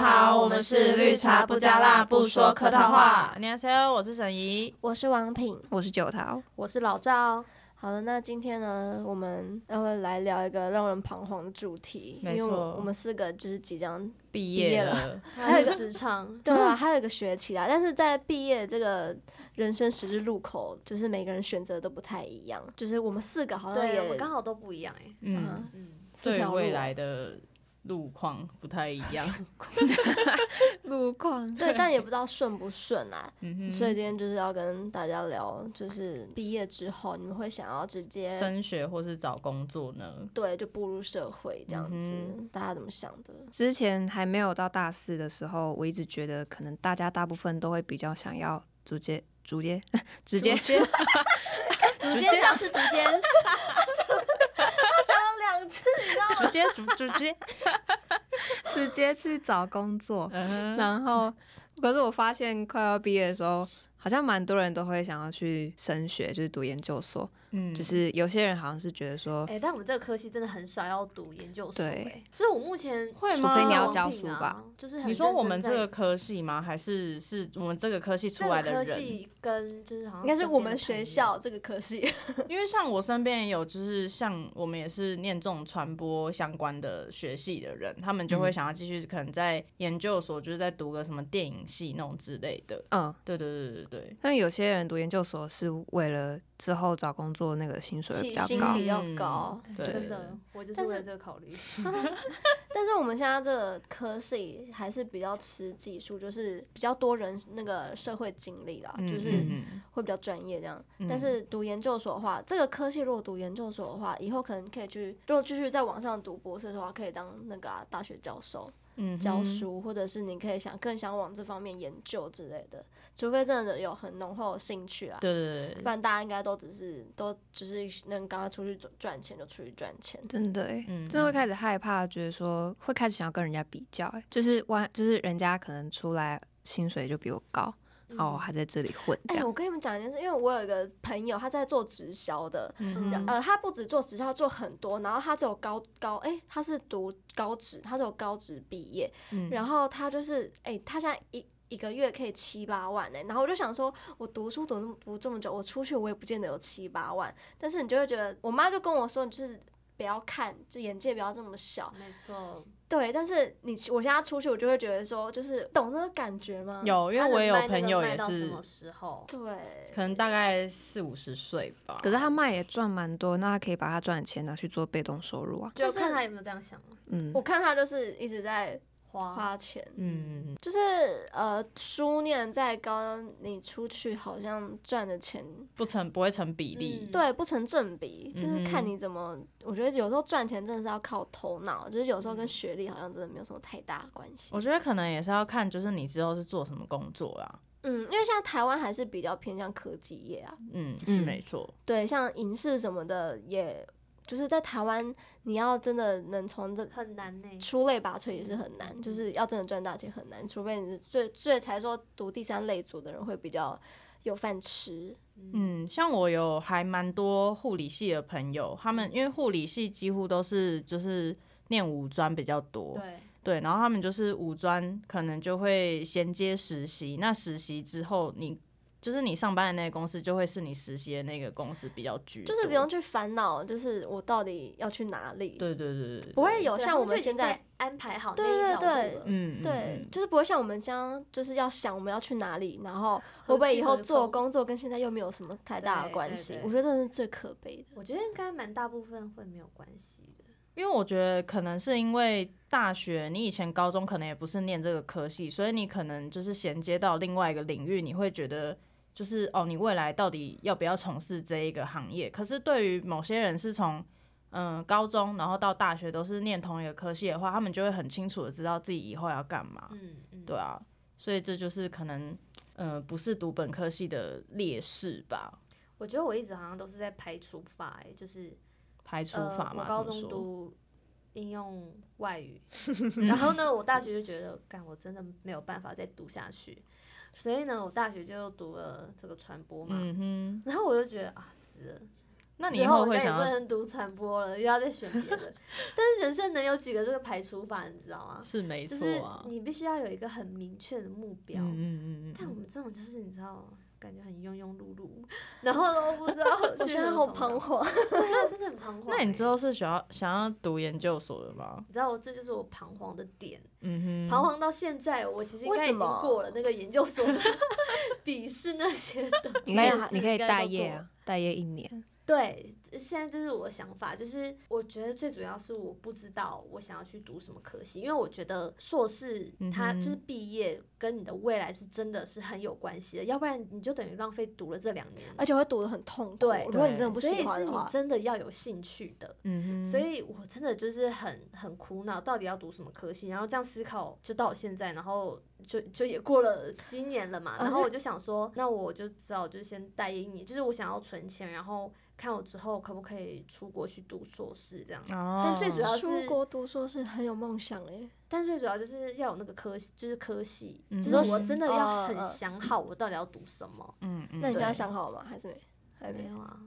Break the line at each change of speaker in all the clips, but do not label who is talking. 好，我们是绿茶不加辣，不说客套话。
你好，我是沈怡。
我是王品，
我是九桃，
我是老赵，
好的，那今天呢，我们要来聊一个让人彷徨的主题，因
没
为我
错
我们四个就是即将，
毕
业
业
了，
了，
还有一个职场
对啊，还有一个学期啦，但是在毕业这个人生十字路口，就是每个人选择都不太一样，就是我们四个好像
对
也
我们刚好都不一样哎、
嗯
啊，
嗯，
四
对
条路啊
未来的路况不太一 样。
路况
对，但也不知道顺不顺啊，
嗯哼，
所以今天就是要跟大家聊，就是毕业之后你们会想要直接
升学或是找工作呢？
对就步入社会这样子，
嗯
大家怎么想的？
之前还没有到大四的时候，我一直觉得可能大家大部分都会比较想要直接、直接、 直接
直接
直接讲是直接，
两次，
直接直直接，
直接去找工作。
嗯哼
然后，可是我发现快要毕业的时候，好像蛮多人都会想要去升学，就是读研究所。
嗯
就是有些人好像是觉得说
哎、，但我们这个科系真的很少要读研究所、
对
哎，所以我目前
会
除
吗
非你要
王
教
品
书
啊
吧，
就是很
你说
认
我
真
们这
在
个科系吗？还是是我们这个科系出
这
来
个
的
科
人？
系跟就是好像
应该是
身边
我
的
们
朋
学
友
校这个科系。
因为像我身边也有，就是像我们也是念这种传播相关的学系的人，他们就会
嗯
想要继续可能在研究所，就是在读个什么电影系那种之类的。
嗯，
对对对对对，
但有些人读研究所是为了之后找工作那个薪水会比较
起薪
高
比。较
嗯
高
对，
真的，我就是
但
为了
是
这个考虑。
但是我们现在这个科系还是比较吃技术，就是比较多人那个社会经历啦，
嗯
就是
嗯嗯
会比较专业这样。
嗯
但是读研究所的话，这个科系如果读研究所的话，以后可能可以去，如果继续在网上读博士的话，可以当那个啊、大学教授
嗯
教
哼，
书，或者是你可以想更想往这方面研究之类的，除非真的有很浓厚的兴趣啊。
对对对
不
对，
然大家应该都只是都只是能赶快出去赚赚钱就出去赚钱，
真的哎、
嗯
真的会开始害怕，觉得说会开始想要跟人家比较、欸，就是万就是人家可能出来薪水就比我高，
嗯
然后我还在这里混这
哎、
样，
我跟你们讲一件事，因为我有一个朋友，他在做直销的，
嗯
然
哼
呃，他不止做直销，做很多，然后他只有高高，哎、他是读高职，他只有高职毕业，
嗯
然后他就是，哎、他现在一。一个月可以七八万呢、然后我就想说，我读书读读这么久，我出去我也不见得有七八万。但是你就会觉得，我妈就跟我说，你就是不要看，就眼界不要这么小。
没错，
对，但是你我现在出去，我就会觉得说，就是懂那个感觉吗？，
有，因
他能
为我也有
卖那
朋
个
友
卖
也
到什
是，
么时候？
对，
可能大概四五十岁吧。
可是他卖也赚蛮多，那他可以把他赚的钱拿去做被动收入啊，
就
但是
看他有没有这样想
嗯
我，看他就是一直在
哦
花。
花钱，
嗯，
就是呃，书念再高，你出去好像赚的钱
不成不会成比例
嗯。
对不成正比，
嗯
就
哼
是看你怎么。我觉得有时候赚钱真的是要靠头脑，就是有
嗯
时候跟学历好像真的没有什么太大的关系。
我觉得可能也是要看，就是你之后是做什么工作啦。
嗯，因为现在台湾还是比较偏向科技业啊，
嗯，是
嗯
没错。
对，像影视什么的也。就是在台湾，你要真的能从这
很难呢、
出类拔萃也是很
嗯
难，就是要真的赚大钱很难，除非你是最最才说读第三类组的人会比较有饭吃。
嗯，像我有还蛮多护理系的朋友，他们因为护理系几乎都是就是念五专比较多，
对，
对，然后他们就是五专，可能就会衔接实习。那实习之后你，就是你上班的那个公司，就会是你实习的那个公司比较居多，
就是不用去烦恼，就是我到底要去哪里，
对。对对对对，
不会有
对
哦像
他
我
们就
们
已经
现在
被，安排好
对
那一条
对
路了。
嗯，嗯，
对
嗯，
就是不会像我们这样，就是要想我们要去哪里，然后会不
何
会
去
以
何
后做
从
工作跟现在又没有什么太大的
对
关
对
系
对，
我觉得这是最可悲的。
我觉得应该蛮大部分会没有关系的。
因为我觉得可能是因为大学，你以前高中可能也不是念这个科系，所以你可能就是衔接到另外一个领域，你会觉得就是哦，你未来到底要不要从事这一个行业？可是对于某些人是从嗯、高中然后到大学都是念同一个科系的话，他们就会很清楚的知道自己以后要干嘛，
嗯嗯，
对啊，所以这就是可能呃不是读本科系的劣势吧，
我觉得我一直好像都是在排除法、欸，就是
排除
呃，
法
我
嘛，
高
怎么
中
说
读应用外 语，然后呢，我大学就觉得，干，我真的没有办法再读下去，所以呢，我大学就读了这个传播嘛，
嗯哼，
然后我就觉得啊，死了，
那你以
之后
后
我
会
再也
想
不
要
能读传播了，又要再选别的。 但是人生能有几个这个排除法，你知道吗？
是没
就
错
是
啊，
你必须要有一个很明确的目标。
嗯嗯嗯
但我
嗯，
们这种就是你知道，感觉很庸庸碌碌，然后都不知道
我
去
觉得
何
好
从
彷
哪，
徨。
对啊，真的很 彷徨欸。
那你之后是想要想要读研究所的吗？
你知道我这就是我彷徨的点，
嗯哼，
彷徨到现在，我其实应
为
该已
什
经
么
过了那个研究所的 笔试那些的。
你可
没
以
有啊
你可以
应该
待
都
业
够
啊，待业一年，
对，现在这是我的想法，就是我觉得最主要是我不知道我想要去读什么科系，因为我觉得硕士它
嗯哼
就是毕业跟你的未来是真的是很有关系的，要不然你就等于浪费读了这两年。
而且会读得很痛苦。
对
如果你真的不
所
喜
以
欢
是
的
你
话，
真的要有兴趣的，
嗯哼，
所以我真的就是很很苦恼，到底要读什么科系，然后这样思考就到现在，然后就就也过了今年了嘛，然后我就想说，那我就只好就先待业一年，就是我想要存钱，然后看我之后可不可以出国去读硕士这样。
哦，
但最主要
嗯出
是
国读硕是很有梦想哎、
但最主要就是要有那个科系，就是科系，
嗯
就是我真的要
嗯
很
嗯
想好我到底要读什么。
嗯嗯，
那你现在
对
想好了吗？还是没？还
没
没。
有啊，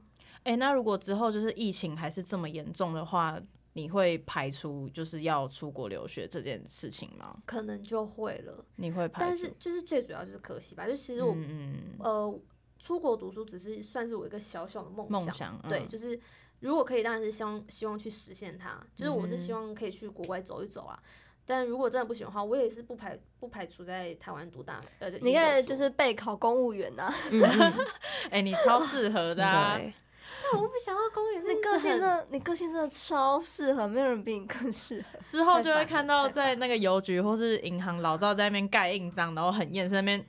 哎、那如果之后就是疫情还是这么严重的话，你会排除就是要出国留学这件事情吗？
可能就会了，
你会排除？
但是就是最主要就是科系吧，就其实我
嗯嗯
呃，出国读书只是算是我一个小小的梦
梦想
对，
嗯
就是如果可以，当然是希望希望去实现它。就是我是希
嗯
望可以去国外走一走啊。但如果真的不行的话，我也是不排不排除在台湾读大呃，研
你
究
看，
所
就是备考公务员啊 呐、
嗯嗯，
哎、你超适合
真
的、
的
啊，
欸
但我不想要公务员，是
你
一直
个性真
很
的，你个性真的超适合，没有人比你更适合。
之后就
太
会
烦了
看到
太
在
烦
那个邮局或是银行老赵在那边盖印章，然后很厌世那边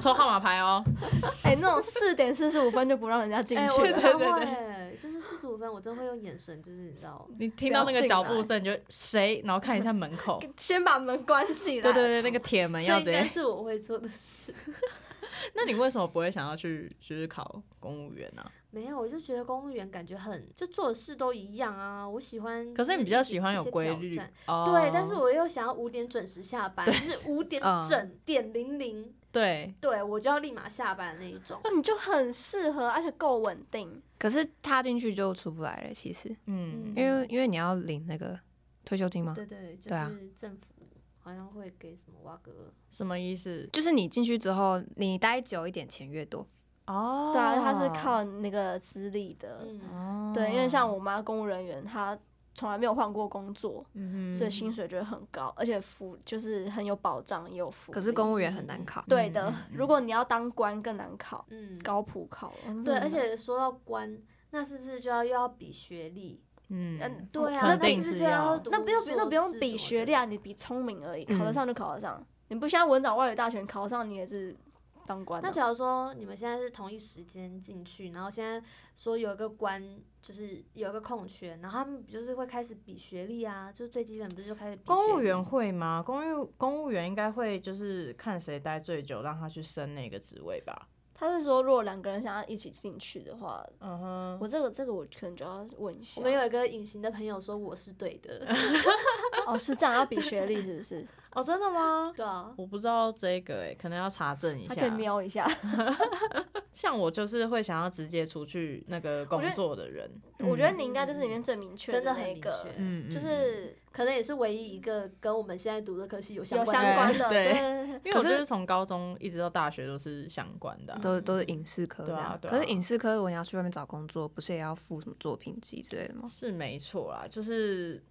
抽号码牌哦。
哎、那种四点四十五分就不让人家进
哎、
去
我
的，
真
对
的
对
会，哎就是四十五分，我真的会用眼神，就是你知道，
你听到那
不要
个
进
脚步
来。
声，你就谁，然后看一下门口
先把门关起来。
对对对，那个铁门
这
要
应
直
该
接。
是我会做的事。
那你为什么不会想要去就是考公务员啊呢、
没有，我就觉得公务员感觉很，就做的事都一样啊。我喜欢
嗯
就
可
是一，
是你比较喜欢
一
有
些
规
挑
律
战，
哦
对，但是我又想要五点准时下班，就是五点
嗯
整点零零，
对
对我就要立马下班的那一种。
那你就很适合，而且够稳定。
可是踏进去就出不来了，其实，
嗯
嗯，
因为因为你要领那个退休金嘛，
对对，就
对啊
是政府好像会给什么挖哥，
什么意思？
就是你进去之后，你待久一点，钱越多。
哦
对啊，他是靠那个资历的。
嗯，
哦
对，因为像我妈公务人员，她从来没有换过工作，
嗯
所以薪水就会很高，而且福就是很有保障，也有福利。
可是公务员很难考，
对
嗯，
的
嗯
如果你要当官更难考，
嗯，
高普考。哦
对，
那真
而
嗯
的很难
且说到官，那是不是就要又要比学历？
嗯
嗯
对啊，
肯
那
定
是不
是
就要
要
读
那不用
硕
那不用
士什
比
么
学
的
历啊，你比聪明而已，考得
嗯
上就考得上。你不像文藻外语大学，考上你也是当官、
那
啊。
假如说你们现在是同一时间进去，然后现在说有一个关，就是有一个空缺，然后他们不就是会开始比学历啊，就是最基本不是就开始比
公
学
务
历
员会吗？公务公务员应该会就是看谁待最久，让他去升那个职位吧。
他是说，如果两个人想要一起进去的话，
嗯哼，
我这个这个我可能就要问一下。
我们有一个隐形的朋友说我是对 的，
哦，是这样，要比学历是不是？
哦，真的吗？
对啊，
我不知道这个诶、可能要查证一
他可以
下。
瞄一 下。
像我就是会想要直接出去那个工作的人，
我觉得你应该就是里面最明
嗯
确
真的
那
很
一
明
个，
确
嗯，嗯
就是
可能也是唯一一个跟我们现在读的科系有相
有
关
相
的
关
人
的。
对
对对对
因为我
可
就是是从高中一直到大学都是相关的啊、
都都是影视科这
对啊
样。
对啊
可是影视科，如果你要去外面找工作，不是也要付什么作品集之类的吗？
是没错啦，就是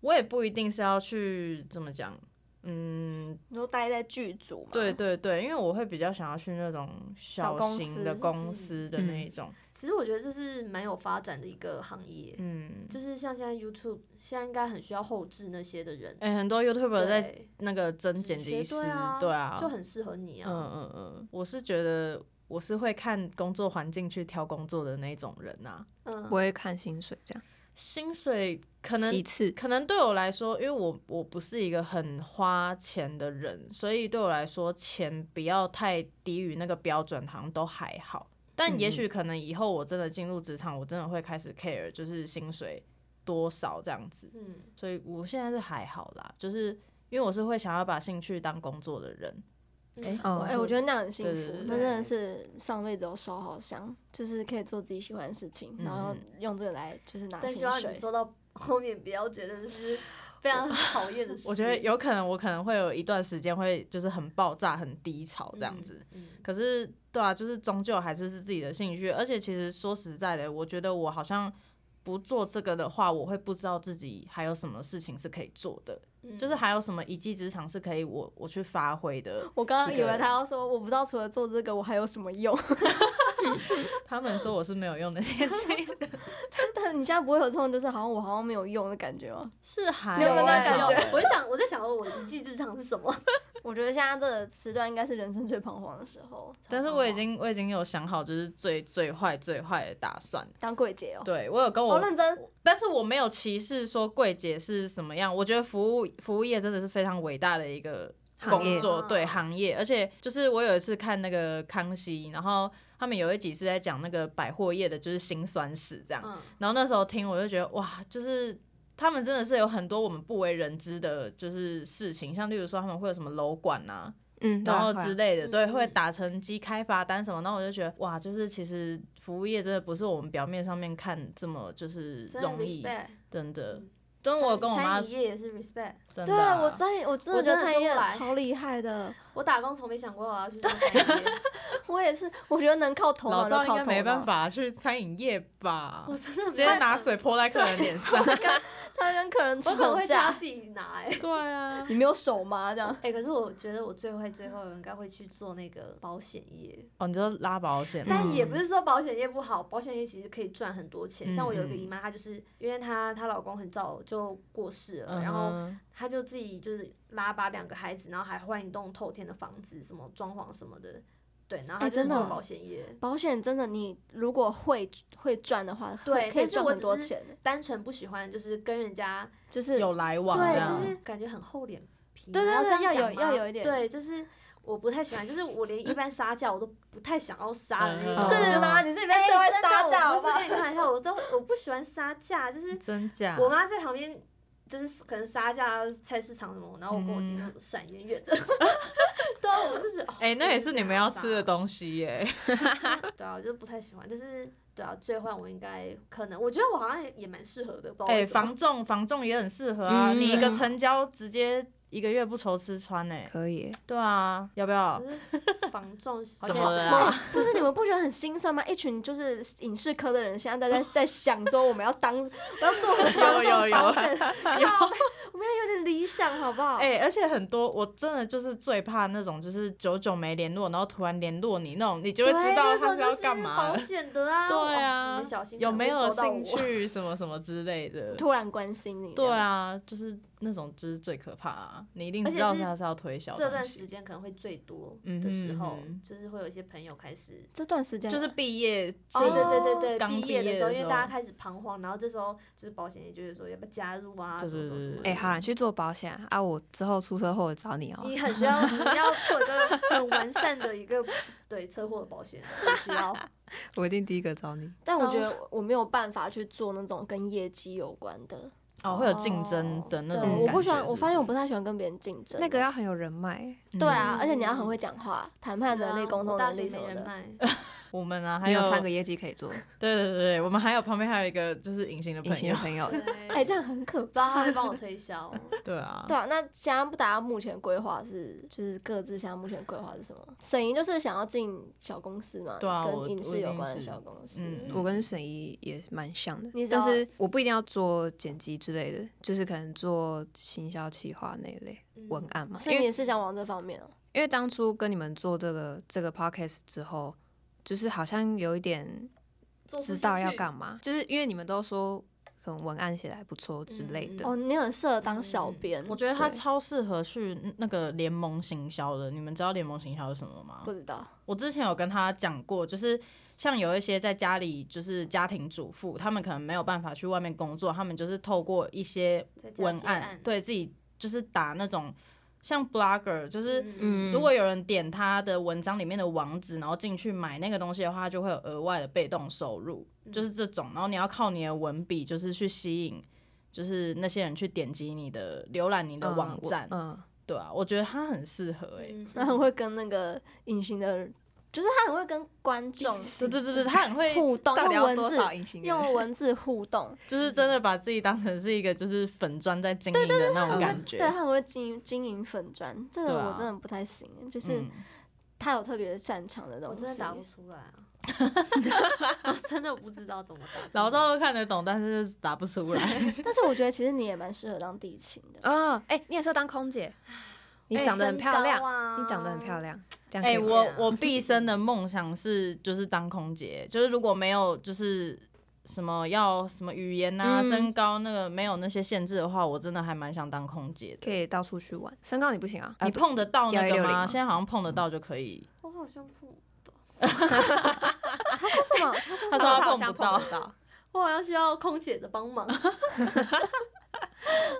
我也不一定是要去怎么讲，嗯，
你说待在剧组嘛？
对对对，因为我会比较想要去那种
小
小
公
型的
司
公司的那
嗯
一种，
其实我觉得这是蛮有发展的一个行业，
嗯，
就是像现在 YouTube 现在应该很需要后置那些的人，
哎、很多 YouTuber 在
对，
那个争剪
职
辑
缺
师
对啊，
对啊，
就很适合你
嗯
啊，
嗯嗯，我是觉得我是会看工作环境去挑工作的那种人啊，
嗯
不会看薪水这样。
薪水可能
其次，
可能对我来说，因为我我不是一个很花钱的人，所以对我来说，钱不要太低于那个标准，好像都还好。但也许可能以后我真的进入职场，我真的会开始 care，就是薪水多少这样子。
嗯，
所以我现在是还好啦，就是因为我是会想要把兴趣当工作的人，哎、
嗯
哦
哎、我觉
得
得那样很幸
对
福
对，
那
对
真的是上辈子都烧好香，就是可以做自己喜欢的事情，然后
嗯
用这个来就是拿
但
薪
希望
水
你。做到后面，不要觉得是非常讨厌的事。
我觉得有可能，我可能会有一段时间会就是很爆炸、很低潮这样子。
嗯，嗯
可是，对啊，就是终究还是是自己的兴趣。而且，其实说实在的，我觉得我好像不做这个的话，我会不知道自己还有什么事情是可以做的，
嗯
就是还有什么一技之长是可以我我去发挥的。
我刚刚以为
对
他要说，我不知道除了做这个我还有什么用，
他们说我是没有用的 年轻人，
但你现在不会有这种就是好像我好像没有用的感觉吗？
是还
你有没有那种感觉
欸
啊 我就想，我在想我一技之长是什么？
我觉得现在这个时段应该是人生最彷徨的时候，
但是我已经我已经有想好，就是最最坏最坏的打算。
当柜姐哦，
对我有跟我
好认真，
但是我没有歧视说柜姐是什么样，我觉得服务服务业真的是非常伟大的一个
行
工
业
作，
行业
对行业。而且就是我有一次看那个《康熙》，然后他们有一集是在讲那个百货业的，就是辛酸史这样。
嗯，
然后那时候听我就觉得哇，就是他们真的是有很多我们不为人知的，就是事情，像例如说他们会有什么楼管呐、
嗯，
然后
对啊
之类的，对，
嗯
会
嗯
打成绩开罚单什么，然后我就觉得哇，就是其实服务业真的不是我们表面上面看这么就是
真的
容易，
respect。
真的
嗯。
但是我有跟我
餐
妈
餐饮业也是 respect。
真的
对
啊、
啊，我餐饮我真的
我
觉
真
得
的
餐饮
做
业
不来
超厉害的，
我打工从没想过我要去做餐饮业，
我也是，我觉得能靠头脑
老
就
赵应
靠
该
头
没办
脑
法去餐饮业吧？
我真的
直接拿水泼在客人 脸上。
他跟客人
我可能
吵
会叫他
架，
自己拿哎、
对啊，
你没有手吗？这样
哎、可是我觉得我最会最后应该会去做那个保险业，
哦，你就拉保险吗，
但也不是说保险业不好，保险业其实可以赚很多钱。
嗯
像我有一个
嗯
姨妈，她就是因为她她老公很早就过世了，
嗯哼，
然后她就自己就是拉拔两个孩子，然后还换一栋透天的房子，什么装潢什么的，对，然后
欸
她
哎
就是
真的
做
哦
保险业。
保险真的，你如果会会赚的话，
对
会可以
但是
赚
我
很多
只是
钱的，
单纯不喜欢就是跟人家
就是
有来往这
对，
样，
就是感觉很厚脸皮。啊
对对
要
对
这样
要有
讲吗
要有一点
对，就是我不太喜欢，就是我连一般杀价我都不太想要杀的那
嗯
种。
是吗？你这里面
哎
最会
真的
撒娇，
我不
好不
是
好
跟？你开玩笑，我都我不喜欢杀价，就是
真假？
我妈在旁边。就是可能杀价菜市场什么，然后我跟我弟
嗯
就闪远远 的。对啊，我就是
哎、那也是你们要吃的
东。
东西耶、
对啊，我就是不太喜欢，但是对啊，最换我应该可能，我觉得我好像也也蛮适合的，不知道
哎、
哦为什么
防重防重也很适合啊，
嗯
你一个成交直接一个月不愁吃穿呢、
可以耶，
对啊，要不要？
就是防重好
怎
像
么
也
了
不
啊
错
哎不是你们不觉得很心酸吗？一群就是影视科的人，现 在在在在想说我们要当，我要做很
有有有
保险，靠背我们要有点理想，好不好？
哎、而且很多我真的就是最怕那种，就是久久没联络，然后突然联络你那种，你就会知道他要干嘛
保。险的 啊，
对
哦你
啊
们小，心
有
可能
没
会
有
收到
兴
我？
趣什么什么之类的？
突然关心你，
对，啊，就是那种就是最可怕、啊，你一定知道
而且是
他是要推 销
这
东
段时
西，
间可能会最多
嗯
的
哼
时候，
嗯哼
就是会有一些朋友开始，
这段时间
就是毕业季
哦对对对对对，
哦刚
毕业
毕业
的时候，
的
因为
时候
大家开始彷徨，然后这时候就是保险也就是说要不要加入啊，
对
什么
对
什么什么
对
的。
哎、好，你去做保险啊啊！我之后出车祸我找你哦、
你很需要，你要做一个很完善的一个对车祸的保 险，很需要。
我一定第一个找你。
但我觉得我没有办法去做那种跟业绩有关的，
哦，会有竞争的那
对
种
感
感觉。
觉
哦我不喜欢，我发现我
是
不太喜欢跟别人竞争。
那个要很有人脉，
不是
对啊，
嗯
而且你要很会讲话，谈判能力、
是啊
沟
我
通
大
能
学
力什
没
么
人
的。
脉，
我们啊，还
你有三个业绩可以做，
对对对对，我们还有旁边还有一个就是隐形的
隐
朋
形
友
的，朋友。
对
哎，这样很可
不知道他
怕
会。帮我推销。
对啊，
对啊，那现在大家目前规划是，就是各自现在目前规划是什么？沈莹就是想要进小公司嘛，
对啊我
跟影视有
我一定
关的
是
小公司。
嗯
我跟沈怡也蛮像的
你，知道
但是我不一定要做剪辑之类的，就是可能做行销企划那一类
嗯
文案嘛。
所以
因
你
为
也是想往这方面哦、
因为当初跟你们做这个这个 podcast 之后，就是好像有一点知道要干
嘛。
嘛，就是因为你们都说可能文案写的还不错之类
对
的。
哦，你很适合当小编、
嗯我觉得他
对
超适合去那个联盟行销的。你们知道联盟行销是什么吗
不？知道，
我之前有跟他讲过，就是像有一些在家里就是家庭主妇，他们可能没有办法去外面工作，他们就是透过一些
在家
文
接
案，对自己就是打那种像 blogger，就是。
嗯，
嗯，
如果有人点他的文章里面的网址，然后进去买那个东西的话，他就会有额外的被动收入，
嗯
就是这种。然后你要靠你的文笔，就是去吸引，就是那些人去点击你的、浏览你的网站。
嗯，
对啊，我觉得他很适合哎、
嗯
他很会跟那个隐形的，就是他很会跟观众
对对对对，他很会
互动，
到底
用
要
文
多
字
少隐形人？
用文字 互动，
就是真的把自己当成是一个就是粉砖在经营的那
他
种
很
感
会
觉。
对，他很会经营经营粉砖，这个
对啊
我真的不太行，就是
嗯，
他有特别擅长的东
我
西。
真的 打不出来啊，我真的不知道怎么打出来。
老赵都看得懂，但是就是打不出 来。
但是我觉得其实你也蛮适合当地勤的。
哦，哎、你也是要当空姐，你
哎
长得很漂亮，
啊
你长得很漂
亮。
亮，这样可
啊哎、
以吗。
我我毕生的梦想是就是当空姐，就是如果没有就是什么要什么语言啊、
嗯
身高那个没有那些限制的话，我真的还蛮想当空姐的。
可以到处去玩。身高你不行啊，
你碰得到那个
1160
吗？
吗
现在好像碰得到就可以。
我好像不懂，
他说什么？
他
他说
说
什么？
他
好
碰
像
不
碰
到，
不到。
我好像需要空姐的帮 忙。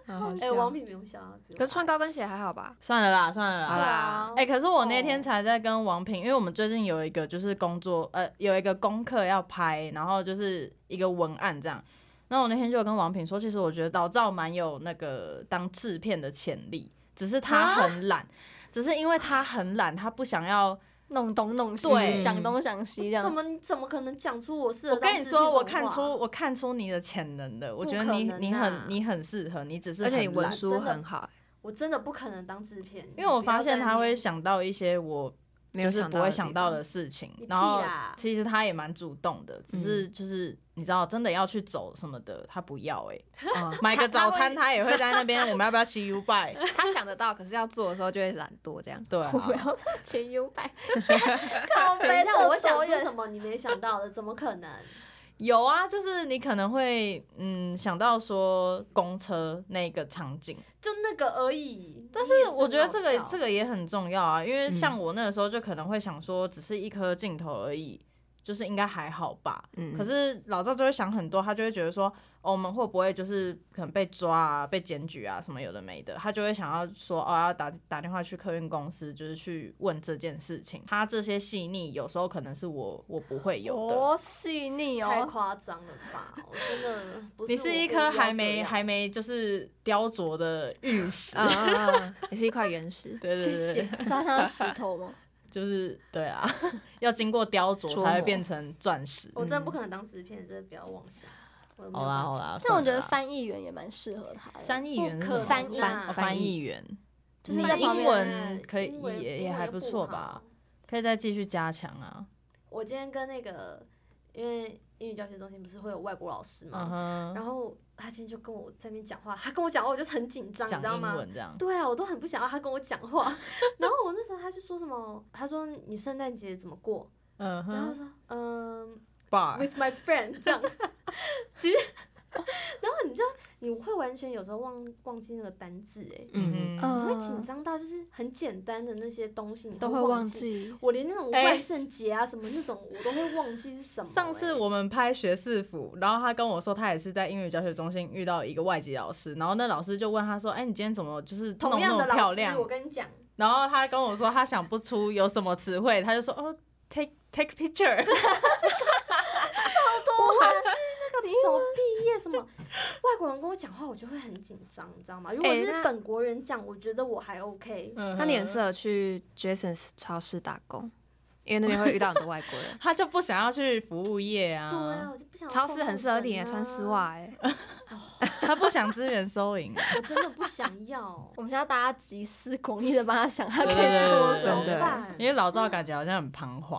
哎、
哎，
王品不用笑啊，不用
可是穿高跟鞋还好吧？
算了啦，算了
好
啦。
哦
啦
哎、可是我那天才在跟王平，因为我们最近有一个就是工作，呃，有一个功课要拍，然后就是一个文案这样。那我那天就有跟王平说，其实我觉得老赵蛮有那个当制片的潜力，只是他
啊
很懒，只是因为他很懒，他不想要。
弄东弄西
对，
想东想西这
怎
样。
么你怎么可能讲出我是？
我跟你说，我看出我看出你的潜能的，我觉得你
不可能啊
你很你很适合，你只是
而且你
很
文
懒
书
真的
很好，
我真的不可能当制片，
因为我
你不要
发现
在
他
那
会
边，
想到一些我
没
就
有
是
想
不
到
会
的
想
地
到
方
的事情
你，屁
然后
啦
其实他也蛮主动的，只是就是你知道真的要去走什么的，他不要哎、
哦
买个早餐
他
他也会在那边，我们要不要骑 U bike？
会 他想得到，可是要做的时候就会懒惰这样。
对啊
我，不要切 U 拜，靠
等
背
一下我想出
远
什么你没想到的，怎么可能？
有啊，就是你可能会嗯想到说公车那个场景，
就那个而已。但
但是我觉得这个这
个，
个也很重要啊，因为
嗯
像我那个时候就可能会想说，只是一颗镜头而已，就是应该还好吧。
嗯，
可是老赵就会想很多，他就会觉得说，哦，我们会不会就是可能被抓啊、被检举啊什么有的没的，他就会想要说，哦，要打打电话去客运公司，就是去问这件事情。他这些细腻有时候可能是我我不会有
哦
的。
多细腻
太
哦。
夸张了吧！我真的不是
啊你
我
是一
故意要
颗还
这
没
样嗯
还没就是雕琢的玉石，。
啊啊，啊也是一块原石
对对对对
谢谢
抓上石头 吗？
就是对啊， 要经过雕
琢
琢
磨
才会变成钻石。
我真的不可能当制片，真的不要妄想。我没有
嗯好啦
办法
好啦，
但我觉得
翻
翻译员也蛮适合他的。
翻译员是什么
翻译
啦
哦翻译员
就是
你
在旁
英
边
文可以
英文
也
英
也
文
还
又
不
不
错
好
吧？可以再继续加强啊。
我今天跟那个，因为英语教学中心不是会有外国老师
嗯
嘛，
哼，
然后他今天就跟我在那边讲话，他跟我讲话我就是很紧张，你
讲
知道
英
吗？
文这样。
对啊，我都很不想要他跟我讲话。 然后我那时候他就说什么，他说你圣诞节怎么过？
嗯
然后
哼
说嗯、
，bar
with my friend 这样。 其实，然后你就你会完全有时候忘忘记那个单字哎、
嗯哼，
嗯，
你
嗯，
会紧张到就是很简单的那些东西你
都会
会
忘
记。
记。。
我连那种
哎
万圣节啊什么那种，我都会忘记是什么欸、
上次我们拍学士服，然后他跟我说他也是在英语教学中心遇到一个外籍老师，然后那老师就问他说：“哎，你今天怎么就是弄
同样的
那么
老
漂
师
亮，？”
我跟你讲，
然后他跟我说他想不出有什么词汇，他就说哦，take take picture，
到底什么毕业什么外国人跟我讲话，我就会很紧张，你知道吗？如果
哎
是
那
本国人讲，我觉得我还 OK。
那
那你很适合去 Jason's 超市打工，因为那边会遇到很多外国
。
人
他就不想要去服务业啊，
对啊，我就不想要
超市很适合你
碰
耶，
到
穿
人啊
丝，袜哎，
他不想支援收银，
我真的不想要
我们现在大家集思广益的帮他想， 他可
对对
以
对
做
对
什
怎么
么
真的
办？
因为老赵感觉好像很彷徨。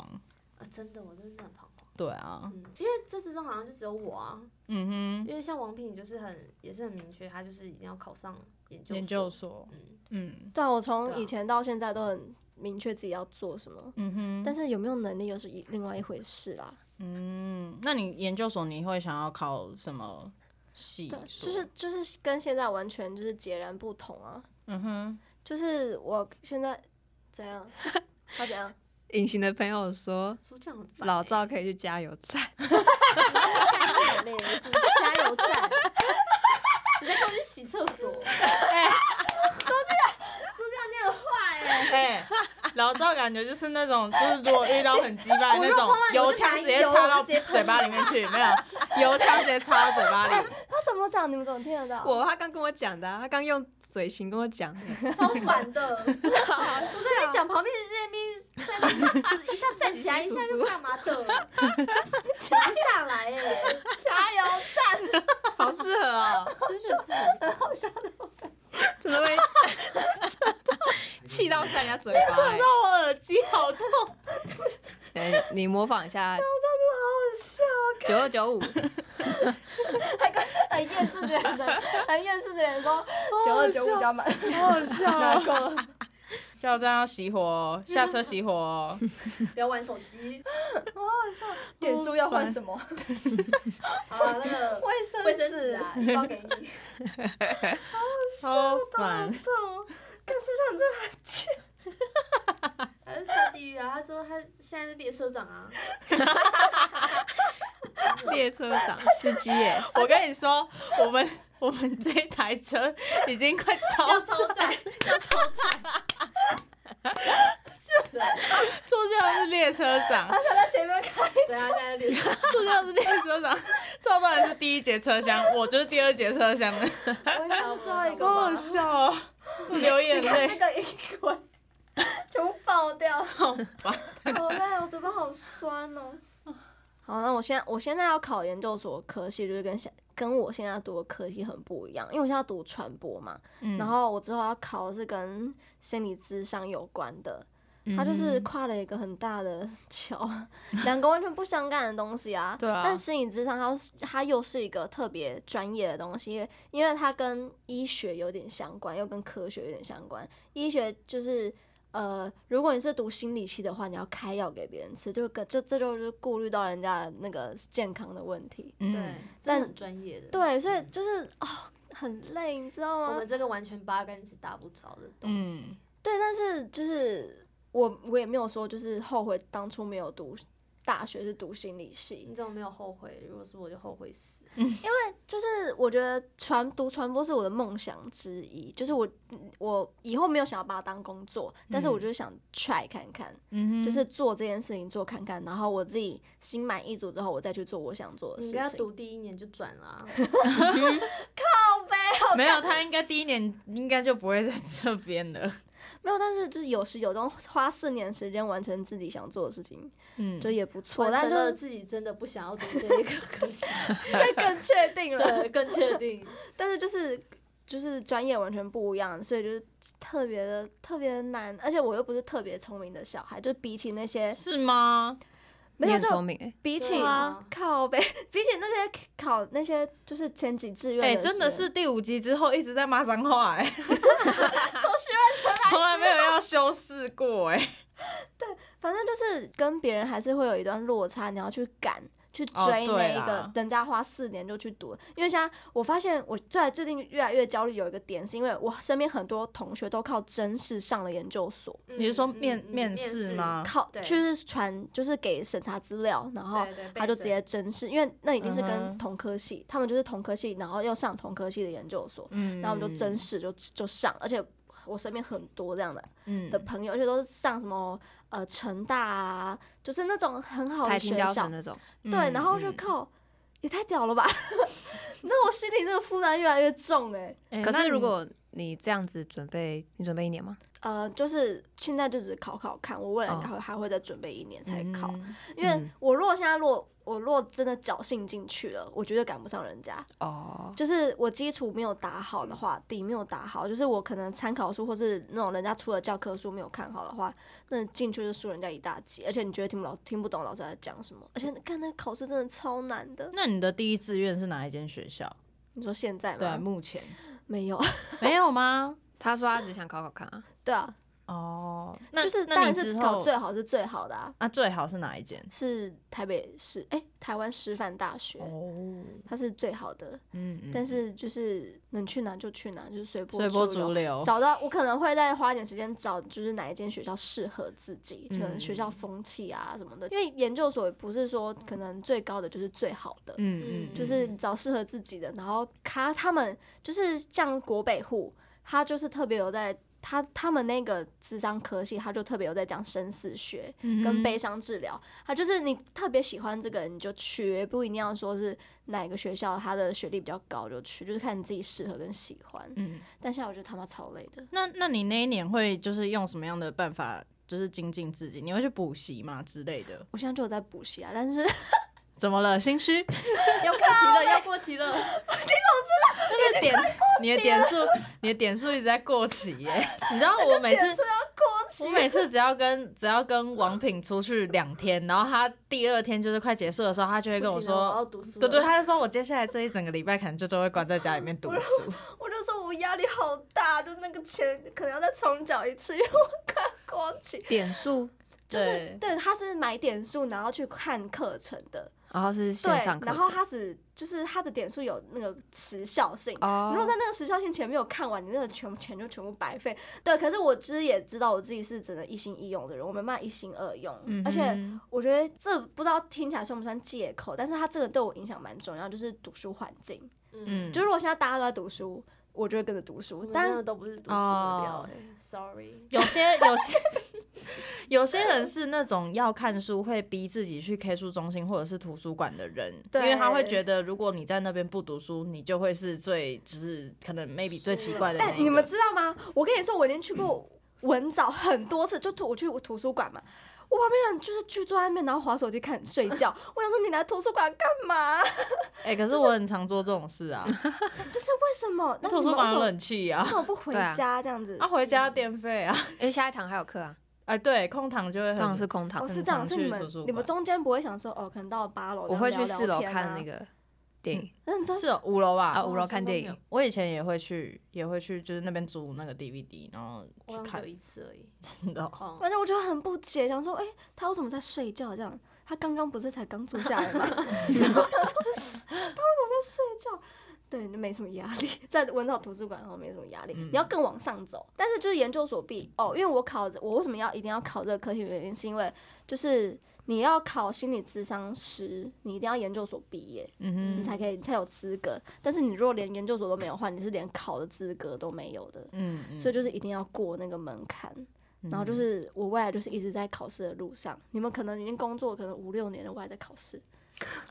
啊，真的，我真的是很彷徨。
对啊，
嗯，因为这之中好像就只有我啊，
嗯
因为像王品就是很也是很明确，他就是一定要考上研究
哼，研究所，
嗯，
嗯
对啊，
对啊
我从以前到现在都很明确自己要做什么，
嗯哼，
但是有没有能力又是一另外一回事啦。
嗯，那你研究所你会想要考什么系
对
所？，
就是就是跟现在完全就是截然不同啊！
嗯哼，
就是我现在怎样，他怎样，
隐形的朋友说
出去很烦欸
老 赵可以去加油站，
太累了，是加油站。你在跟我去洗厕所，
哎，老赵感觉就是那种，就是如果遇到很鸡巴的那
我如
种
果碰到，你
油枪直接插到嘴巴里面去，没有，油枪直接插到嘴巴里，
他怎怎么讲？你们怎么听得到？
我他刚跟我讲的啊、他刚用嘴型跟我讲的，
超烦的。我在那边讲，旁边是 在那边在那边一下站起来，一
稀稀疏
下
疏
就干嘛的， 停不下来耶， 加油站。
好适合哦，
真的是很烦
真的 会气到塞人家嘴巴欸、
我耳机好痛。
哎，你模仿一下
真
九二 九五，
的好笑，很厌世的人的，很厌世的人说九二九五加满，
好好笑
哪
哦
够了？
加油站要熄火哦，下车熄火哦。
不要玩手 机。
点数要换什么？
好了，那个
卫生
卫生纸啊，一包给你。
超烦，
痛，看是不是很
他是下地狱啊！他说他现在是列车长啊，
列车 长司机耶、
我跟你说，我们 我们这一台车已经快超
要哦超载，要超载。
塑胶是列车长，
他在前面开？
对，啊他现在是列车长。
塑胶是列车长，赵大人是第一节车厢，我就是第二节车厢的，
我应该是最后一个
好
吧
好。笑哦，流眼
你看那
泪，
个一滚，全部爆掉，
好烦。
好累，我嘴巴好酸哦。好，那我现在我现在要考研究所的科系，就是跟现跟我现在读的科系很不一样，因为我现在读传播嘛，
嗯
然后我之后要考的是跟心理智商有关的，
嗯
它就是跨了一个很大的 桥，两个完全不相干的东西啊。
对啊
但心理智商它是它又是一个特别专业的东西，因为因为它跟医学有点相关，又跟科学有点相关。医学就是呃，如果你是读心理系的话，你要开药给别人吃，就是跟这这就是顾虑到人家的那个健康的问题。
对，
嗯，
真的很专业的。，
对，所以就是哦，很累，你知道吗？
我们这个完全八竿子打不着的东西。
嗯，
对，但是就是我我也没有说就是后悔当初没有读大学是读心理系
你，怎么没有后悔？如果是我就后悔死。
就是我觉得传读传播是我的梦想之一，就是我我以后没有想要把它当工作，但是我就是想 try 看看，
嗯
就是做这件事情做看看，然后我自己心满意足之后，我再去做我想做的
你
事
跟他
情。
读第一年就转了、啊，
没有他应该第一年应该就不会在这边了，
没有，但是就是有始有终，花四年时间完成自己想做的事情，
嗯，
就也不错。
完
但
成
就
了
是
自己真的不想要读这一个科 系，
这更确定了。
对，更确 定。
但是就是就是专业完全不一样，所以就是特别的特别的难，而且我又不是特别聪明的小孩，就比起那些
是吗？
没
你
有
很聪
就
明哎、
比起
对啊
靠呗， 比起那些考那些就是前几志愿，
哎、真的是第五集之后一直在骂脏话、哎， 从来没有要修饰过、哎，
反正就是跟别人还是会有一段落差，你要去赶。去
哦
追
对
那一个
啦
人家花四年就去读，因为现在我发现我最最近越来越焦虑，有一个点是因为我身边很多同学都靠真试上了研究所，
你是说面
嗯嗯
面
试
试吗
靠
对
就是传就是给审查资料，然后
对对，
他就
背
直
审
接真试，因为那一定是
嗯
跟
哼
同科系，他们就是同科系，然后又上同科系的研究所，
嗯
然后我们就真，试就就上，而且我身边很多这样的
嗯
的朋友，而且都是上什么呃成大啊，就是那种很好
台
的
青
学
教
校
程，那种，
对，然后就
嗯
靠。也太屌了吧！ 你知道我心里那个负担越来越重哎、
哎
可
那
是
你
如果你这样子准备，你准备一年吗？
呃，就是现在就只考考看，我未来
哦
还会还会再准备一年才考，
嗯
因为
嗯
我如果现在落我若真的侥幸进去了，我绝对赶不上人家。
哦，
就是我基础没有打好的话，底没有打好，就是我可能参考书或是那种人家出的教科书没有看好的话，那进去就输人家一大截，而且你觉得听不老听不懂老师在讲什么，而且看那考试真的超难的。
那你的第一志愿是哪一间学校？
你说现在
对啊，
吗？
目前
没有，
没有吗？
他说他只想考考看啊，
对啊，
哦，那
就是
那
当
你
然
之
是
后
考最好是最好的啊，
啊，最好是哪一间？
是台北市哎、台湾师范大学，
哦，
它是最好的，
嗯，嗯
但是就是能去哪就去哪，就是随波
随波
流
逐。流，
找到我可能会再花一点时间找，就是哪一间学校适合自己，可
嗯
能学校风气啊什么的。因为研究所也不是说可能最高的就是最好的，
嗯嗯，
就是找适合自己的。然后他他们就是像国北户，他就是特别有在他他们那个智商科系，他就特别有在讲生死学
嗯
嗯
跟悲伤治疗。他就是你特别喜欢这个人，你就去，不一定要说是哪个学校他的学历比较高就去，就是看你自己适合跟喜欢。
嗯，
但现在我觉得他妈超累的，
那那你那一年会就是用什么样的办法，就是精进自己？你会去补习吗之类的？
我现在就有在补习啊，但是
怎么了？心虚？
要过期了，要过期 了。
那个点，你的点数，你的点数一直在过期耶。你知道我每次
过
我每次只要跟只要跟王品出去两天，然后他第二天就是快结束的时候，他就会跟
不行了啊我要
说，
读书了。
对对，他就说我接下来这一整个礼拜可能就都会关在家里面读书。
我就说我压力好大，就那个钱可能要再重缴一次，因为我看过期。
点数，
就是
对
对，他是买点数，然后去看课程的，
然后是
对
线上，课
然后
程。
他只就是他的点数有那个时效性。
哦
如果在那个时效性前没有看完，你那个全部钱就全部白费。对，可是我其实也知道我自己是真的一心一用的人，我没办法一心二用。
嗯哼
而且我觉得这不知道听起来算不算借口，但是他这个对我影响蛮重要，就是读书环境。
嗯，
嗯，
就如果现在大家都在读书，我就会跟着读
我
书
们。真
但
的都不是读书无聊
哦
欸，sorry。
有些有些 有些人是那种要看书会逼自己去 K 书中心或者是图书馆的人，因
对
为他会觉得如果你在那边不读书，你就会是最就是可能 maybe 最
啊
奇怪的那一
但
个。
你们知道吗？我跟你说，我已经去过文藻很多次，就图我去图书馆嘛。我旁边人就是去坐在那边，然后划手机看睡觉。我想说，你来图书馆干嘛？
哎、可是我很常做这种事啊，
就是为什么？
那
那
图书馆有
人
冷气啊
为，什么不回
对啊
家这样子？
啊回家电费啊，
因为下一堂还有课啊，
哎、对，空堂就会
通常
很
是空堂
哦，，是这样，
很常
所以你
去
们
图书
你们
馆
中间不会想说哦，可能到八楼，
我会去四
然后聊聊
楼
天啊
看那。个电影
认真
是哦五楼吧？
啊，五楼看电影。
我以前也会去，也会去，就是那边租那个 DVD，然后
我好
去
像只
看
有。一次而已。
真的哦
哦
反正我就很不解，想说，哎、他为什么在睡觉？这样，他刚刚不是才刚坐下来
，
吗？然 后他说，他为什么在睡觉？对，就没什么压力， 在文藻图书馆后没什么压力。
嗯
你要更往上走，但是就是研究所必哦，因为我考我为什么要一定要考这个科系？原因是因为就是你要考心理咨商师，你一定要研究所毕业，你
嗯哼，
才可以你才有资格。但是你如果连研究所都没有的话，你是连考的资格都没有的。
嗯嗯，
所以就是一定要过那个门槛。然后就
嗯
是我未来就是一直在考试的路上，你们可能已经工作可能五六年了，我还在考试，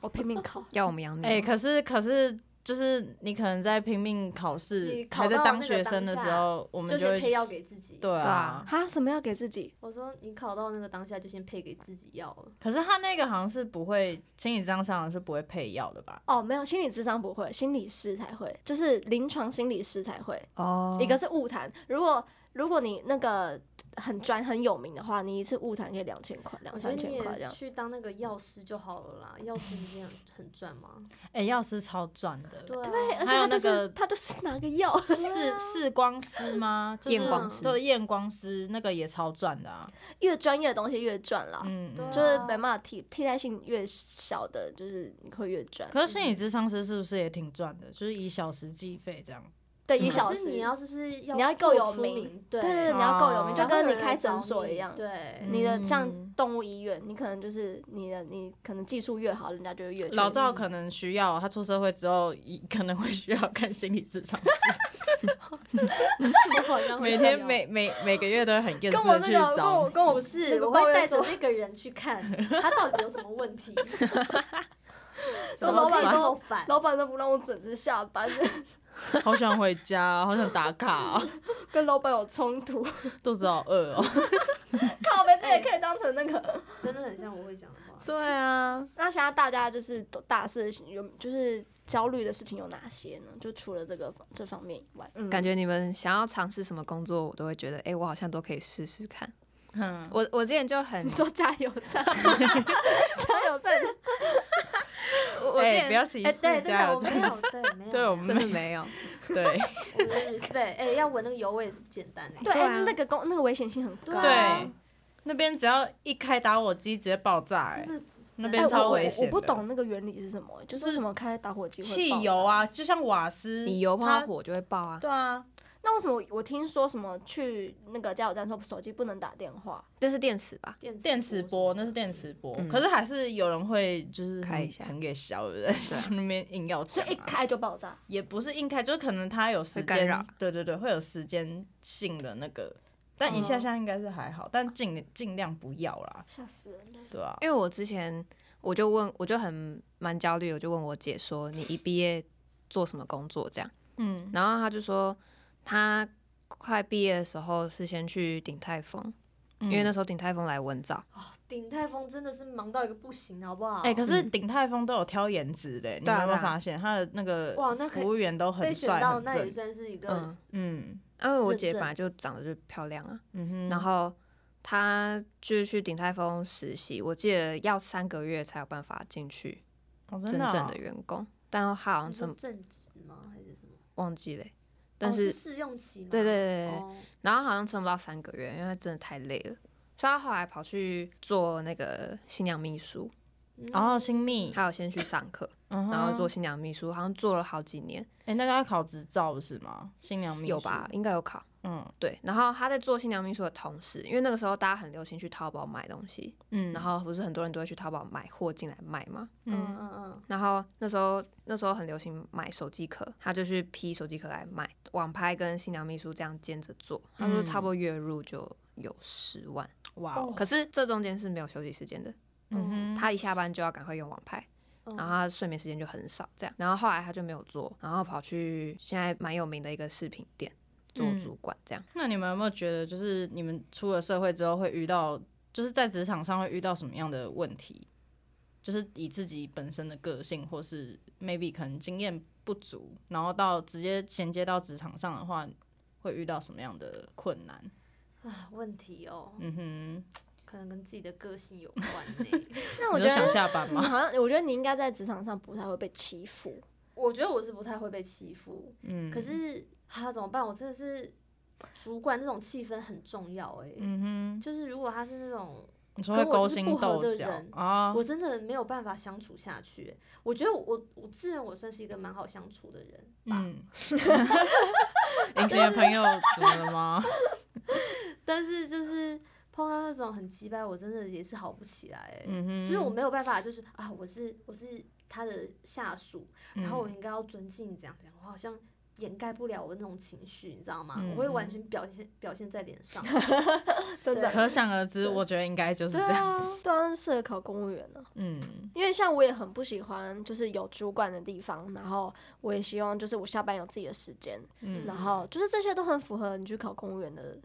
我拼命 考
要我们
嗯
养女，
哎、可是可是，就是你可能在拼命考
你
试，
考
还在
到
当
那个
学
当
生的时
下
候，我们
就先
会
配药给自己。
对啊
啊。
哈，什么要给自己？
我说你考到那个当下就先配给自己药了。
可是他那个好像是不会，心理上上是不会配药的吧？
哦，没有，心理智商不会，心理师才会，就是临床心理师才会。
哦，
一个是误谈，如果如果你那个很专很有名的话，你一次误谈可以两千块、两
我觉得
三
你
千块这
也
样。
去当那个药师就好了啦，药师不是很很赚吗？
哎、药师超赚的，
对啊，
对，而且
还有
他就
那
是
个
他就是拿个药，
视视光师吗？就是
验光师
对，验光师那个也超赚的啊。
越专业的东西越赚啦。
嗯，
对啊
嗯
就是没办法替替代性越小的，就是你会越赚。
可是心理咨商师是不是也挺赚的？就是以小时计费这样。
对，
嗯
一小
可是
时
你要是不是要
你要够有
做出
名
名，
对
对
对对，
对，
你要够有
哦
名，就
才
跟
会
你
有人
开
找
诊所
你
一样。
对，
你的像
嗯
动物医院，你可能就是你的，你可能技术越好，人家就会越
老
赵
赵可能需要，他出社会之后一可能会需要看心理咨商师，
我好像会
每天
想要
每每每个月都会很厌
跟
世
我
的
那
去
个跟
找
我
你。
跟我
不
那
是，
个
我
抱
会
怨
带着
说
那个人去看他到底有什么问题，
说老板
都
都
反，
老板都不让我准时下班，
好想回家，好想打卡、哦，
跟老板有冲突。
肚子好饿哦。
靠呗，这也可以当成那个。
真的很像我会讲的话。
对啊，
那现在大家就是都大四的事情有就是焦虑的事情有哪些呢？就除了这个这方面以外，嗯
感觉你们想要尝试什么工作，我都会觉得，哎、我好像都可以试试看。
嗯，
我我之前 就很
你，说加油 站，加油站
我我之
哎、
前、
不要歧
哎，
视
对，真
加
的
油
我没
站，
有，对，没有，
对我
没
们
真的
没
没有，
对
有我的 respect，哎，要闻那个油味也是不简单哎。
对，
对
哎、
啊
那个工那个危险性很高。
对啊
对，那边只要一开打火机直接爆炸、哎
真，的
那
哎
边
我
超
我
危险的
我不懂那个原理是什么、就是
是
为什么开打火机会爆炸
汽油？啊，就像瓦斯，
你油碰到
它
火就会爆啊。
对啊，
那为什么我听说什么去那个加油站说手机不能打电话？
这是电池吧？
电
电磁波那是电磁波，
嗯
可是还是有人会就是
开一下啊
很给小的人在 那边硬要
所
讲、
以一
啊，
开就爆炸，
也不是硬开，就是可能他有时
会干扰
间，对对对，会有时间性的那个，但一下
嗯
下应该是还好，但尽尽量不要啦，
吓死人了！
对啊，
因为我之前我就问，我就很蛮焦虑，我就问我姐说，你一毕业做什么工作这样？
嗯，
然后她就说，她快毕业的时候是先去鼎泰丰，因为那时候鼎泰丰来文藻，
顶啊泰丰真的是忙到一个不行，好不好？
哎、可是鼎泰丰都有挑颜值的，你
对啊
有没有
对啊
发现他的那个
哇那可以
服务员都
被
很
选
帅
到
很
那也
正，
算是一个，
嗯，
嗯
因为我
认
姐
证
本来就长得就漂亮啊，
嗯哼，
然后她就是去鼎泰丰实习，我记得要三个月才有办法进去
哦
真
真
正
哦
的员工，但她好像
你说
真
正职吗？还是什么？
忘记了欸，
哦
但是
试用期吗？
对对对对
哦
然后好像撑不到三个月，因为他真的太累了，所以他后来跑去做那个新娘秘书，
嗯
然后新密，
他有先去上课，
嗯哼
然后做，新娘秘书，好像做了好几年，
哎、那个要考执照不是吗？新娘秘
有
书
吧？？应该有考。
嗯
对，然后他在做新娘秘书的同时，因为那个时候大家很流行去淘宝买东西，
嗯，
然后不是很多人都会去淘宝买货进来卖嘛。
嗯
嗯
嗯嗯，
然后那时候那时候很流行买手机壳，他就去批手机壳来卖，网拍跟新娘秘书这样兼着做，他说
嗯
差不多月入就有十万，
哇哦，
哦
可是这中间是没有休息时间的。
哦
嗯哼，
他一下班就要赶快用网拍，
嗯
然后他睡眠时间就很少，这样。然后后来他就没有做，然后跑去现在蛮有名的一个饰品店做
嗯
主管，这样。
那你们有没有觉得，就是你们出了社会之后会遇到，就是在职场上会遇到什么样的问题？就是以自己本身的个性，或是 maybe 可能经验不足，然后到直接衔接到职场上的话，会遇到什么样的困难？
啊，问题哦，
嗯
可能跟自己的个性有关呢。
那
哼，
我
你就
觉
想
得嗯
下班
你
吗？
嗯
好像，我觉得你应该在职场上不太会被欺负。
我觉得我是不太会被欺负，
嗯，
可，是啊怎么办？我真的是主管那种气氛很重要哎、
嗯哼，
就是如果他是那种
你说会勾心斗
跟我就是
角
不合的人
啊？
我真的没有办法相处下去欸。我觉得我我我自认我算是一个蛮好相处的人吧，
嗯，隐形的朋友怎么了吗？
但是就是碰到那种很鸡掰，我真的也是好不起来欸。
嗯哼，
就是我没有办法，就是啊，我是我是他的下属，
嗯，
然后我应该要尊敬这样这样，我好像。掩盖不了我那种情绪，你知道吗？
嗯
我会完全表现表现在脸 上。
真的，
可想而知，我觉得应该就是这样子。
啊对啊，适合考公务员呢、
嗯。
因为像我也很不喜欢，就是有主管的地方，然后我也希望就是我下班有自己的时间，
嗯
然后就是这些都很符合你去考公务员的，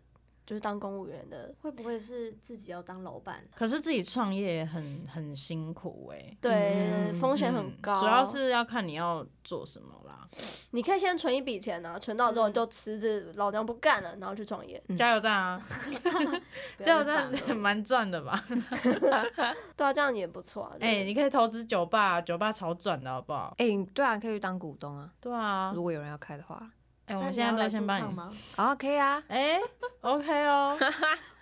就是当公务员的。
会不会是自己要当老板？
可是自己创业也很很辛苦哎、欸，
对，风险很
嗯
高。
主要是要看你要做什么啦。
你可以先存一笔钱呢、存到之
嗯
后你就辞职，老娘不干了，然后去创业。
嗯
加油站啊，
不
加
要
油
再
站
烦了
蛮赚 的吧？
对啊，这样也不错啊。
哎、你可以投资酒吧，酒吧超赚的好不好？
哎、对啊，可以去当股东啊，
对啊，
如果有人要开的话。
哎、 我
那
们
你
现
要
在
来
都先
驻
帮
唱
你，
吗
好、可以啊，
哎、o k 哦，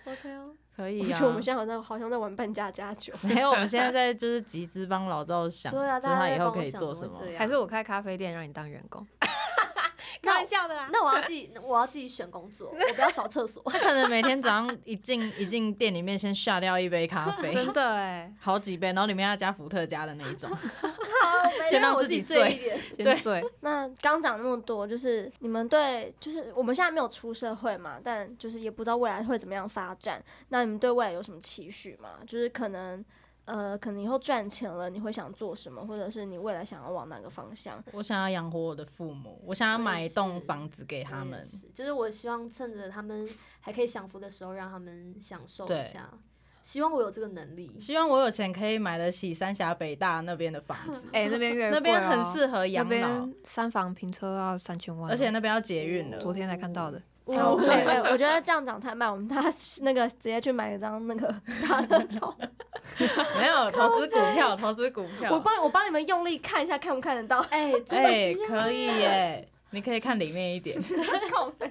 ？OK 哦，
可
我
以
觉
啊
得。我们现在好像好像在玩扮家家酒。
没有，我们现在在就是集资帮老赵想，
对啊
就是
大家
他
在
以后
帮我
可以
想
做
怎
什
么
么
会这？样
还是我开咖啡店让你当员工，
开玩
哎笑的啦。
那我要自己，我要自己选工作，我不要扫厕所。
他可能每天早上一进一进店里面，先下掉一杯咖啡，
真的哎、
好几杯，然后里面要加伏特加的那一种。
好，
先让
哎我
自己
醉
醉
一点。
先醉。
那刚讲那么多，就是你们对，就是我们现在没有出社会嘛，但就是也不知道未来会怎么样发展。那你们对未来有什么期许吗？就是可能，呃，可能以后赚钱了，你会想做什么，或者是你未来想要往哪个方向？
我想要养活我的父母，我想要买一栋房子给他
我
们
也。是就是我希望趁着他们还可以享福的时候，让他们享受一
对
下。希望我有这个能力。
希望我有钱可以买得起三峡北大那边的房子，
哎、那边越来越
那
贵
边
哦
很适合
那
养老
边，三房平车要三千万哦，
而且那嗯边要捷运的。
昨天才看到的，
超
没有没有，哦哎我觉得这样讲太慢，我们大家那个直接去买一张那个 大乐透，
没有投资股票，投资股票。
我帮我帮你们用力看一下，看不看 得到？
哎、真的
哎，
需要
可以耶，你可以看里面一点。
靠背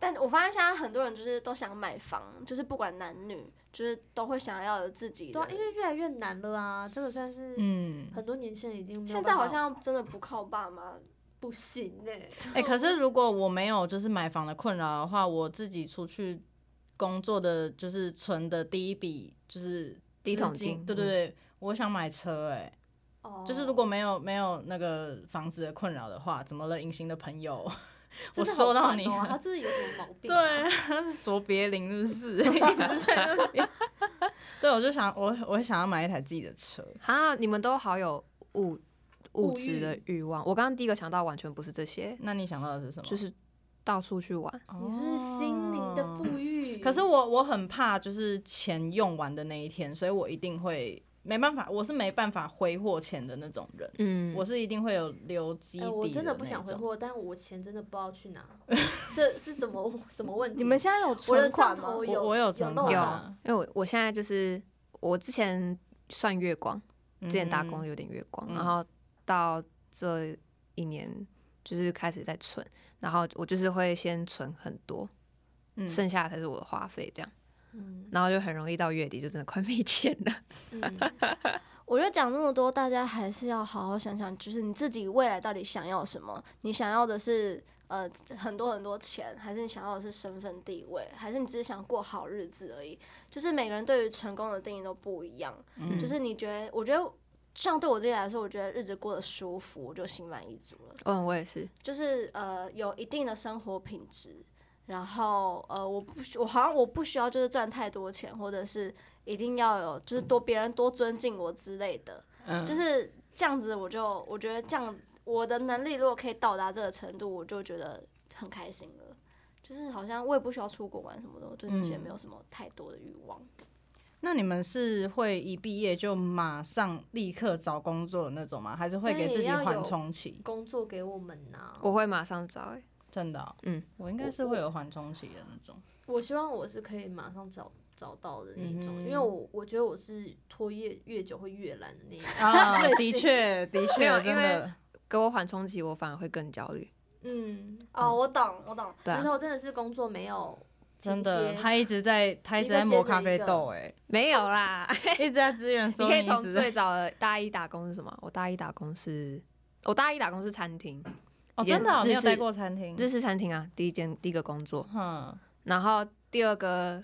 但我发现现在很多人就是都想买房，就是不管男女，就是都会想要有自己的。
对啊，因为越来越难了啊，这个算是
嗯，
很多年轻人已经没有
现在
办法
好像真的不靠爸妈，
不行哎、
哎、可是如果我没有就是买房的困扰的话，我自己出去工作的，就是存的第一笔就是
第一桶
资金
金
对对对，我想买车、哎、
哦，
就是如果没有没有那个房子的困扰的话，怎么了？隐形的朋友，
真
我
的好
收到
烦
你
哦他
了。
真的有什么毛 病、
对，啊，他是卓别林是不是？一 直在那边。对，我就想我我想要买一台自己的车。
哈，你们都好有物物
物
质
欲
的欲望。我刚刚第一个想到完全不是这些，
那你想到的是什么？
就是到处去玩。
你是心灵的富
哦
裕。
可是我我很怕就是钱用完的那一天，所以我一定会没办法，我是没办法挥霍钱的那种人，
嗯
我是一定会有留基底、
哎、我真
的
的不想
那
挥
种。
霍，但我钱真的不知道去哪， 这是怎么 什么问题？
你们现在有
我的
存
账
款吗
头？
我我有
有
存
漏
款
有
吧
啊，
因为我我现在就是我之前算月光，
之
之前打工有点月光，
嗯
然后到这一年就是开始在存，然后我就是会先存很多，
嗯
剩下的才是我的花费这样，
嗯
然后就很容易到月底就真的快 没钱了。
嗯，
我觉得讲那么多，大家还是要好好想想，就是你自己未来到底想要什么？你想要的是呃很多很多钱，还是你想要的是身份地位，还是你只是想过好日子而已？就是每个人对于成功的定义都不一样。
嗯
就是你觉得，我觉得像对我自己来说，我觉得日子过得舒服，我就心满意足了。
嗯，我也是，
就是呃有一定的生活品质，然后呃我不需我好像我不需要就是赚太多钱，或者是一定要有就是多别人多尊敬我之类的，
嗯
就是这样子我就我觉得这样我的能力如果可以到达这个程度，我就觉得很开心了。就是好像我也不需要出国玩什么的，我对那些
嗯
没有什么太多的欲望。
那你们是会一毕业就马上立刻找工作的那种吗？还是会
那
给
也
自己
要
缓
有
冲期？
工作给我们啊 呐、
我会马上找、欸。
真的哦、
嗯
我应该是会有缓冲期的那种。
我希望我是可以马上找找到的那一种，
嗯哼
因为我我觉得我是拖越越久会越懒的那一种。
啊，的确，的
没有
确，真
因为
的。
给我缓冲期，我反而会更焦虑。
嗯，
哦，我懂，我懂。
对、
石
啊，
头真的是工作没有
真
停
的，
歇
他一直在，他一直在
一个接着
磨咖啡
一个
豆、欸，
没有啦。
哎，一直在支援
你
收
可以
一直
从
在
最早的大一打工是什么？我大一打工是，我大一打工是餐厅，
哦，
以前
真的哦、
日
你有
式
待过餐厅？
日式餐厅啊，第一间第一个工作。
嗯，
然后第二个，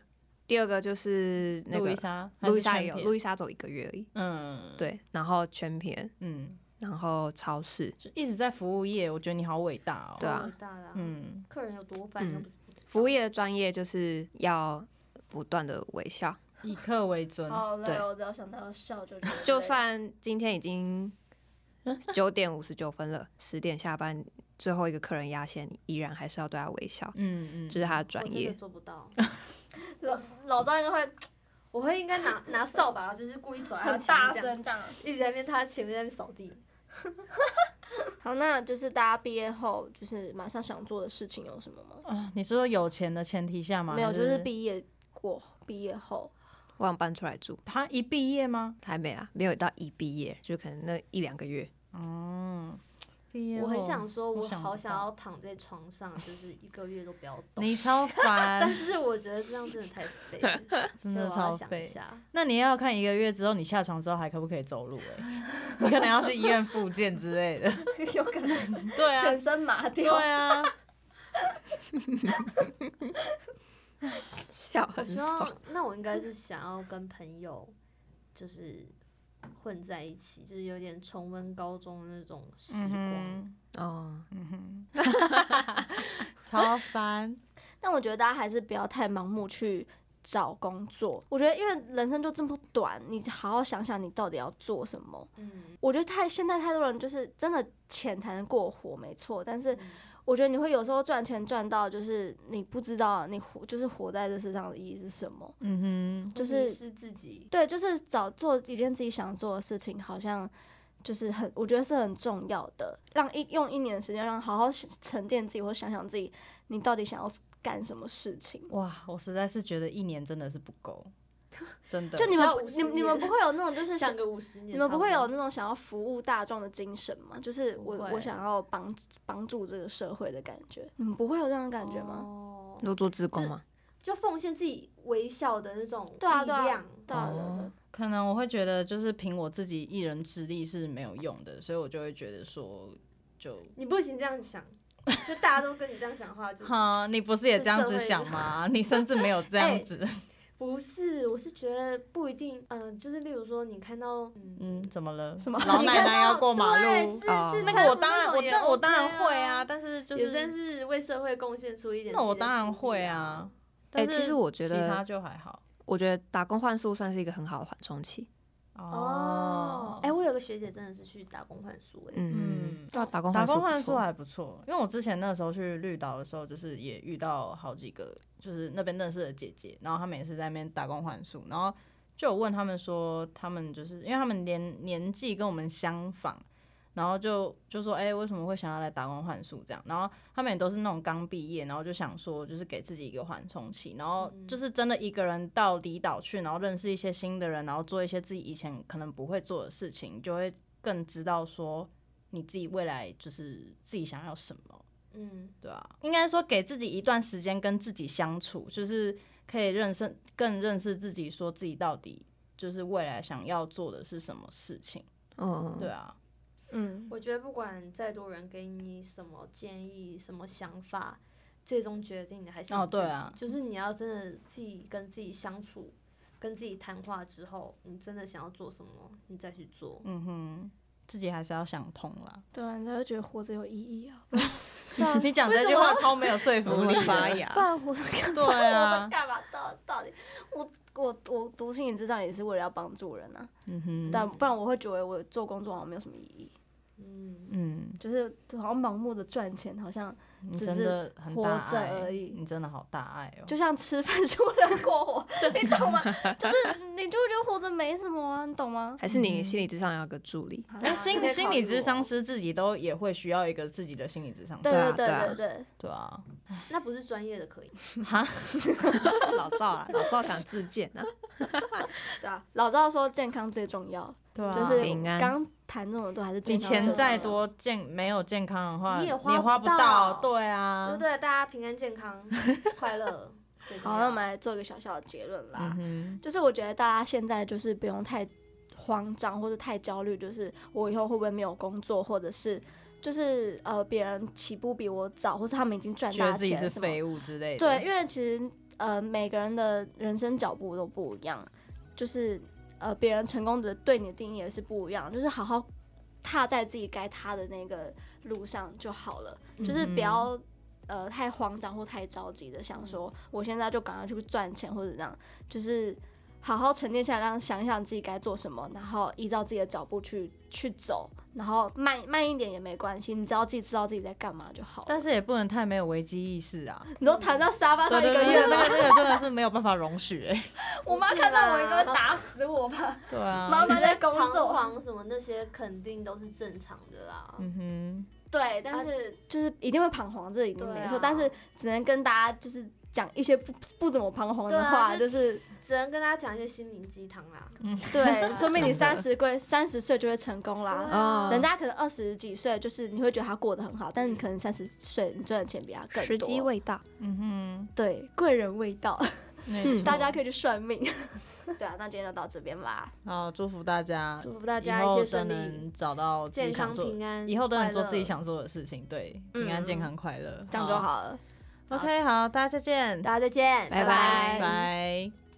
第二个就是那
路易
个
莎，还
路易
是
莎
全
也有，
撇
路易莎走一个月而已。
嗯，，
对，然后全片，
嗯，
然后超市，
就一直在服务业，我觉得你好伟大哦。
对啊
超伟大的啊、
嗯，
客人有多烦
嗯
又不是不知道
服务业的专业就是要不断的微笑，
以客为尊，
好累
对
哦，我只要想到笑就觉得
就
累
算今天 已经九点五十九分了，十点下班，最后一个客人压线，你依然还是要对他微笑，
嗯嗯，
这是他的
我
专
真的
业。
做不到。
老老张应该会
我会应该 拿拿扫把，就是故意走在他
很
前
大
面这样，
声这样。
一直在那边他前面在那边扫地。
哎
好，那就是大家毕业后就是马上想做的事情有什么吗？
啊，你是说有钱的前提下吗？
没有，
还
就是毕业过，毕业后
我想搬出来住，
他一毕业吗？
还没啦，没有到一毕业，就可能那一两个月。
嗯，毕业
我很
后
想说，
我
我
想
好
不
想
到
要躺在床上，就是一个月都不要动。
你超
但
烦，
是我觉得这样真的太 废了，所
真
以
的
我
超
要想一
废。
下。
那你要看一个月之后，你下床之后还可不可以走路、欸？你可能要去医院复健之 类的。
有可能
对啊，
全身麻
对
掉。
啊，
笑很
我希
爽。
望，那我应该是想要跟朋友就是混在一起，就是有点重温高中的那种时光。
嗯
哦，
哼，超烦。
但我觉得大家还是不要太盲目去找工作。我觉得因为人生就这么短，你好好想想你到底要做什么。
嗯，
我觉得太现在太多人就是真的钱才能过活，没错。但是
嗯
我觉得你会有时候赚钱赚到，就是你不知道你活就是活在这世上的意义是什么。
嗯
就
会迷
是
失自己。
对，就是找做一件自己想做的事情，好像就是很，我觉得是很重要的。让一用一年的时间，让好好沉淀自己，或想想自己你到底想要干什么事情。
哼，哇，我实在是觉得一年真的是不够，真的。
就你
需
们
要
不你
50
你们不会有那种就 是
像
想
个五十年，
你们不会有那种想要服务大众的精神吗？就是
不
我
会
我想要帮帮助这个社会的感觉，你们不会有这样的感觉吗？
哦
你都做志工吗？
就奉献自己微笑的那种
对啊对啊
力量
对啊对啊对啊
哦
可能我会觉得，就是凭我自己一人之力是没有用的，所以我就会觉得说，就。
你不行这样想，就大家都跟你这样想的话，就
哈，你不是也
这
这样
社
子
会
想吗？你甚至没有这
哎
样子，
不是。我是觉得不一定，嗯、就是例如说，你看到，
嗯，怎么了？
什么
老
你
奶
看
奶
到
要过 马
对
路
是
哦
去
那
餐
个我
厅
当然，
种
我
也
当我当
OK
然会
啊
啊，，但是就
也算
是
是为社会贡献出一点。
那我当然会啊。。但
哎、其实
是
我觉
其他
得，
就还好。
我觉得打工换宿算是一个很好的缓冲期。
啊
哦，哎、我有个学姐真的是去打工换宿、哎、
嗯，
嗯
对啊，打工
打工
换
换宿
宿不错
还不错，因为我之前那时候去绿岛的时候，就是也遇到好几个就是那边认识的姐姐，然后她们也是在那边打工换宿，然后就有问他们说，他们就是因为他们年年纪跟我们相仿，然后就就说，哎、为什么会想要来打工换宿这样？然后他们也都是那种刚毕业，然后就想说，就是给自己一个缓冲期，然后
嗯
就是真的一个人到离岛去，然后认识一些新的人，然后做一些自己以前可能不会做的事情，就会更知道说。你自己未来就是自己想要什么，
嗯，
对啊，应该说给自己一段时间跟自己相处，就是可以认识更认识自己，说自己到底就是未来想要做的是什么事情，
嗯，
对啊，
嗯，
我觉得不管再多人给你什么建议、什么想法，最终决定的还是你
哦
自己。
对啊
就是你要真的自己跟自己相处，跟自己谈话之后，你真的想要做什么，你再去做。
嗯哼，自己还是要想通啦。
对啊，你才会觉得活着有意义 啊，
你讲这句话超没有说服力
为什么
发
不
芽，
然活着干嘛？
对啊
活着干嘛？到到底我我我读心理智障也是为了要帮助人啊，
嗯哼，
但不然我会觉得我做工作好像没有什么意义，
嗯，
嗯，
就是好像盲目的赚钱，好像
你
只
真
是
的很大
活着
爱
而已
你真的好大爱哦，
就像吃饭是为了过 活，你懂吗？就是你就会觉得活着没什么啊，你懂 吗？
还是
嗯
你心理智商要有个助理。
哎，
你可
心
以
心
考
理
虑
智商
我
师自己都也会需要一个自己的心理智商师，
对
对啊
对
对啊
对对，
对啊，
那不是专业的可以。
哈，
老赵啊，老赵想自荐啊，
对啊，老赵说健康最重要，
对啊，
就是
平安
刚谈这种都还是
你
健康最重
钱
要
再，多健没有健康的话，
你
你
也
也
花
花
不
到，
到
对
对
啊
不，对？大家平安健 康、快乐最重要。
好，那我们来做一个小小的结论啦，
嗯
就是我觉得大家现在就是不用太慌张或者太焦虑，就是我以后会不会没有工作，或者是就是呃别人起步比我早，或是他们已经赚
哼，觉
大
得自己
钱
是
什么
废物之类的，
对，因为其实呃每个人的人生脚步都不一样，就是呃别人成功的对你的定义也是不一样，就是好好踏在自己该踏的那个路上就好了，
嗯
就是不要。呃，太慌张或太着急的
嗯
想说，我现在就赶快去赚钱或者这样，就是好好沉淀下来，让想一想自己该做什么，然后依照自己的脚步去去走，然后慢慢一点也没关系，你只要自己知道自己在干嘛就好了。
但是也不能太没有危机意识啊。
你说躺在沙发上
对
一
对
个
对，
月
对
吗
那？个那个真的是没有办法容许哎。
我妈看到我应该会打死我吧？
对啊，
妈妈在 工
彷
作，
徨什么那些肯定都是正常的啦。
嗯
对，但是啊就是一定会彷徨，这一定没错，但是只能跟大家就是讲一些不不怎么彷徨的
对
话，
啊
就
就是只能跟大家讲一些心灵鸡汤啦。
对，说明你三十岁三十岁就会成功啦。
嗯
人家可能二十几岁，就是你会觉得他过得很好，但是你可能三十岁，你赚的钱比他更
时
多。
机未到，
哼，嗯
对，贵人未到，
哼，没错
大家可以去算命。 对啊，那今天就到这边啦。
好，祝福大家，
祝福大
以
家一
后
切
都
顺利，
能找到自己
健
想
康
做，
平安，
以后都能做自
快
己
乐。
想做的事情，对，平安、
嗯
健康、快乐，
这样就。好了。
OK，好，大家再见，
大家再见，
拜
拜
拜。
拜。